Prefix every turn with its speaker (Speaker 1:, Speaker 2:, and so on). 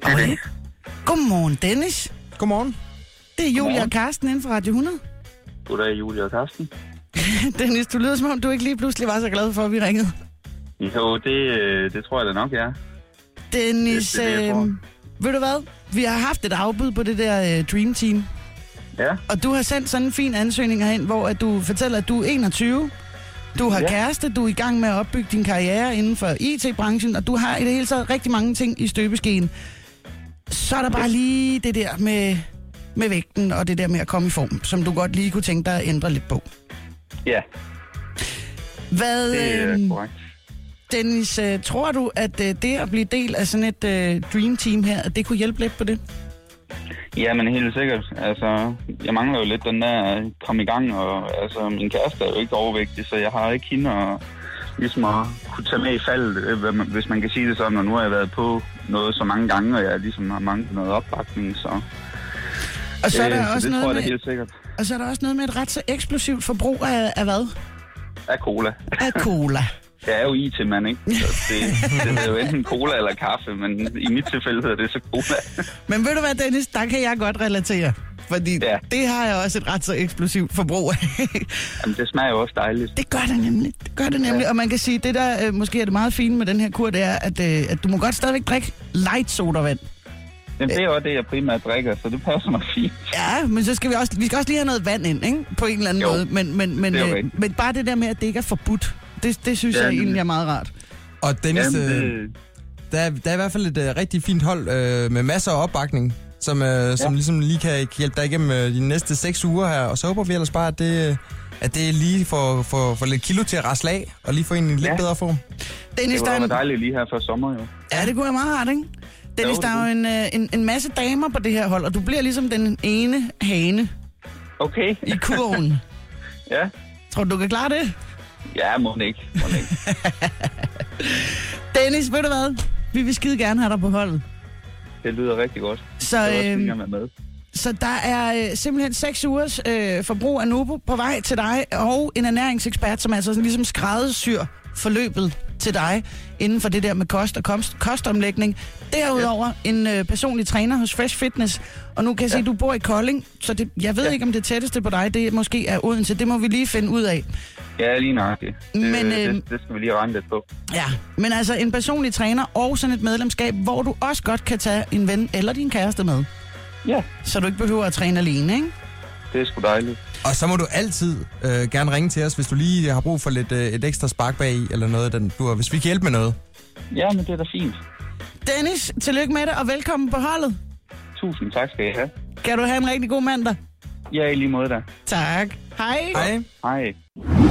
Speaker 1: Godmorgen. Godmorgen, Dennis.
Speaker 2: Godmorgen.
Speaker 1: Det er Julia og Karsten inden for Radio 100.
Speaker 3: Goddag, Julie og Karsten.
Speaker 1: Dennis, du lyder som om, du ikke lige pludselig var så glad for, at vi ringede.
Speaker 3: Jo, det, øh, det tror jeg da nok, jeg er.
Speaker 1: Dennis,
Speaker 3: Det er det, jeg
Speaker 1: øh,
Speaker 3: tror.
Speaker 1: ved du hvad? Vi har haft et afbud på det der øh, Dream Team.
Speaker 3: Ja,
Speaker 1: Og du har sendt sådan en fin ansøgning herind, hvor at du fortæller, at du er 21, du har ja.
Speaker 3: Ja.
Speaker 1: kæreste, du er i gang med at opbygge din karriere inden for IT-branchen, og du har i det hele taget rigtig mange ting i støbeskeen. Så er der bare lige det der med, med vægten og det der med at komme i form, som du godt lige kunne tænke dig at ændre lidt på.
Speaker 3: ja
Speaker 1: Hvad,
Speaker 3: det er
Speaker 1: øhm,
Speaker 3: korrekt.
Speaker 1: Dennis, øh, tror du, at øh, det at blive del af sådan et øh, dream team her, at det kunne hjælpe lidt på det?
Speaker 3: Ja, men helt sikkert. Altså, jeg mangler jo lidt den der øh, kom i gang, og altså, min kæreste er jo ikke overvægtig, så jeg har ikke hende at, ligesom at kunne tage med i fald, øh, hvad man- hvis man kan sige det sådan, og nu har jeg været på noget så mange gange, og jeg ligesom har manglet noget opbakning, så,
Speaker 1: Og så, er
Speaker 3: øh,
Speaker 1: der
Speaker 3: så
Speaker 1: også
Speaker 3: det
Speaker 1: noget
Speaker 3: tror jeg da
Speaker 1: med,
Speaker 3: helt sikkert.
Speaker 1: og så er der også noget med et ret så eksplosivt forbrug af, af hvad?
Speaker 3: Af cola.
Speaker 1: Af cola.
Speaker 3: Jeg er jo IT-mand, ikke? Så det, det hedder jo enten cola eller kaffe, men i mit tilfælde hedder det så cola.
Speaker 1: Men ved du hvad, Dennis, der kan jeg godt relatere. Fordi ja.
Speaker 3: Ja.
Speaker 1: det har jeg også et ret så eksplosivt forbrug af.
Speaker 3: Jamen, det smager jo også dejligt.
Speaker 1: det gør det nemlig. Det gør det nemlig. Ja. Og man kan sige, det der øh, måske er det meget fine med den her kur, det er, at, øh, at du må godt stadigvæk drikke light sodavand.
Speaker 3: Jamen, det er jo også det, jeg primært drikker, så det passer mig fint.
Speaker 1: Ja, men så skal vi også, vi skal også lige have noget vand ind, ikke? På en eller anden
Speaker 3: Jo.
Speaker 1: måde. Men, men, men,
Speaker 3: Det er jo
Speaker 1: øh,
Speaker 3: rigtigt.
Speaker 1: men bare det der med, at det ikke er forbudt, det, det synes
Speaker 3: Ja,
Speaker 1: ja, jeg
Speaker 3: nemlig.
Speaker 1: egentlig er meget rart.
Speaker 2: Og Dennis,
Speaker 1: altså,
Speaker 3: Jamen,
Speaker 2: øh,
Speaker 3: det,
Speaker 2: der, er- der er i hvert fald et øh, rigtig fint hold øh, med masser af opbakning, som, øh, som
Speaker 3: Ja.
Speaker 2: ligesom lige kan hjælpe dig igennem øh, de næste seks uger her. Og så håber vi ellers bare, at det, øh, at det lige får, får, får lidt kilo til at rasle af, og lige få en i en lidt
Speaker 3: Ja.
Speaker 2: bedre form.
Speaker 1: Dennis,
Speaker 3: det
Speaker 1: der er
Speaker 3: var
Speaker 1: en,
Speaker 3: da dejligt lige her før sommer, jo.
Speaker 1: Ja, det kunne være meget rart, ikke? Dennis,
Speaker 3: Jo,
Speaker 1: der er jo en, øh, en, en masse damer på det her hold, og du bliver ligesom den ene hane
Speaker 3: Okay,
Speaker 1: i kurven.
Speaker 3: ja.
Speaker 1: Tror du, du kan klare det?
Speaker 3: Ja, må den ikke. Må den ikke.
Speaker 1: Dennis, ved du hvad? Vi vil skide gerne have dig på holdet.
Speaker 3: Det lyder rigtig godt.
Speaker 1: Så,
Speaker 3: Det var også fint
Speaker 1: øhm,
Speaker 3: at være med.
Speaker 1: så der er øh, simpelthen 6 ugers øh, forbrug af Novo på vej til dig, og en ernæringsekspert, som altså sådan ligesom skræddersyr forløbet til dig inden for det der med kost og komst, kostomlægning. Derudover en øh, personlig træner hos Fresh Fitness. Og nu kan jeg se, at du bor i Kolding, så det, jeg ved ja. ikke, om det tætteste på dig, det måske er Odense. Det må vi lige finde ud af.
Speaker 3: Ja, lige nøjagtigt. Det,
Speaker 1: Men,
Speaker 3: men,
Speaker 1: øhm,
Speaker 3: det, det, skal vi lige rende lidt på.
Speaker 1: Ja, men altså en personlig træner og sådan et medlemskab, hvor du også godt kan tage en ven eller din kæreste med.
Speaker 3: Ja,
Speaker 1: Så du ikke behøver at træne alene, ikke?
Speaker 3: det er sgu dejligt.
Speaker 2: Og så må du altid øh, gerne ringe til os, hvis du lige har brug for lidt øh, et ekstra spark bag i, eller noget af den dur, hvis vi kan hjælpe med noget.
Speaker 3: Ja, men det er da fint.
Speaker 1: Dennis, tillykke med det, og velkommen på holdet.
Speaker 3: Tusind tak skal I have.
Speaker 1: Kan du have en rigtig god mandag?
Speaker 3: Ja, i lige måde da.
Speaker 1: Tak. Hej.
Speaker 2: Hej.
Speaker 3: Hej.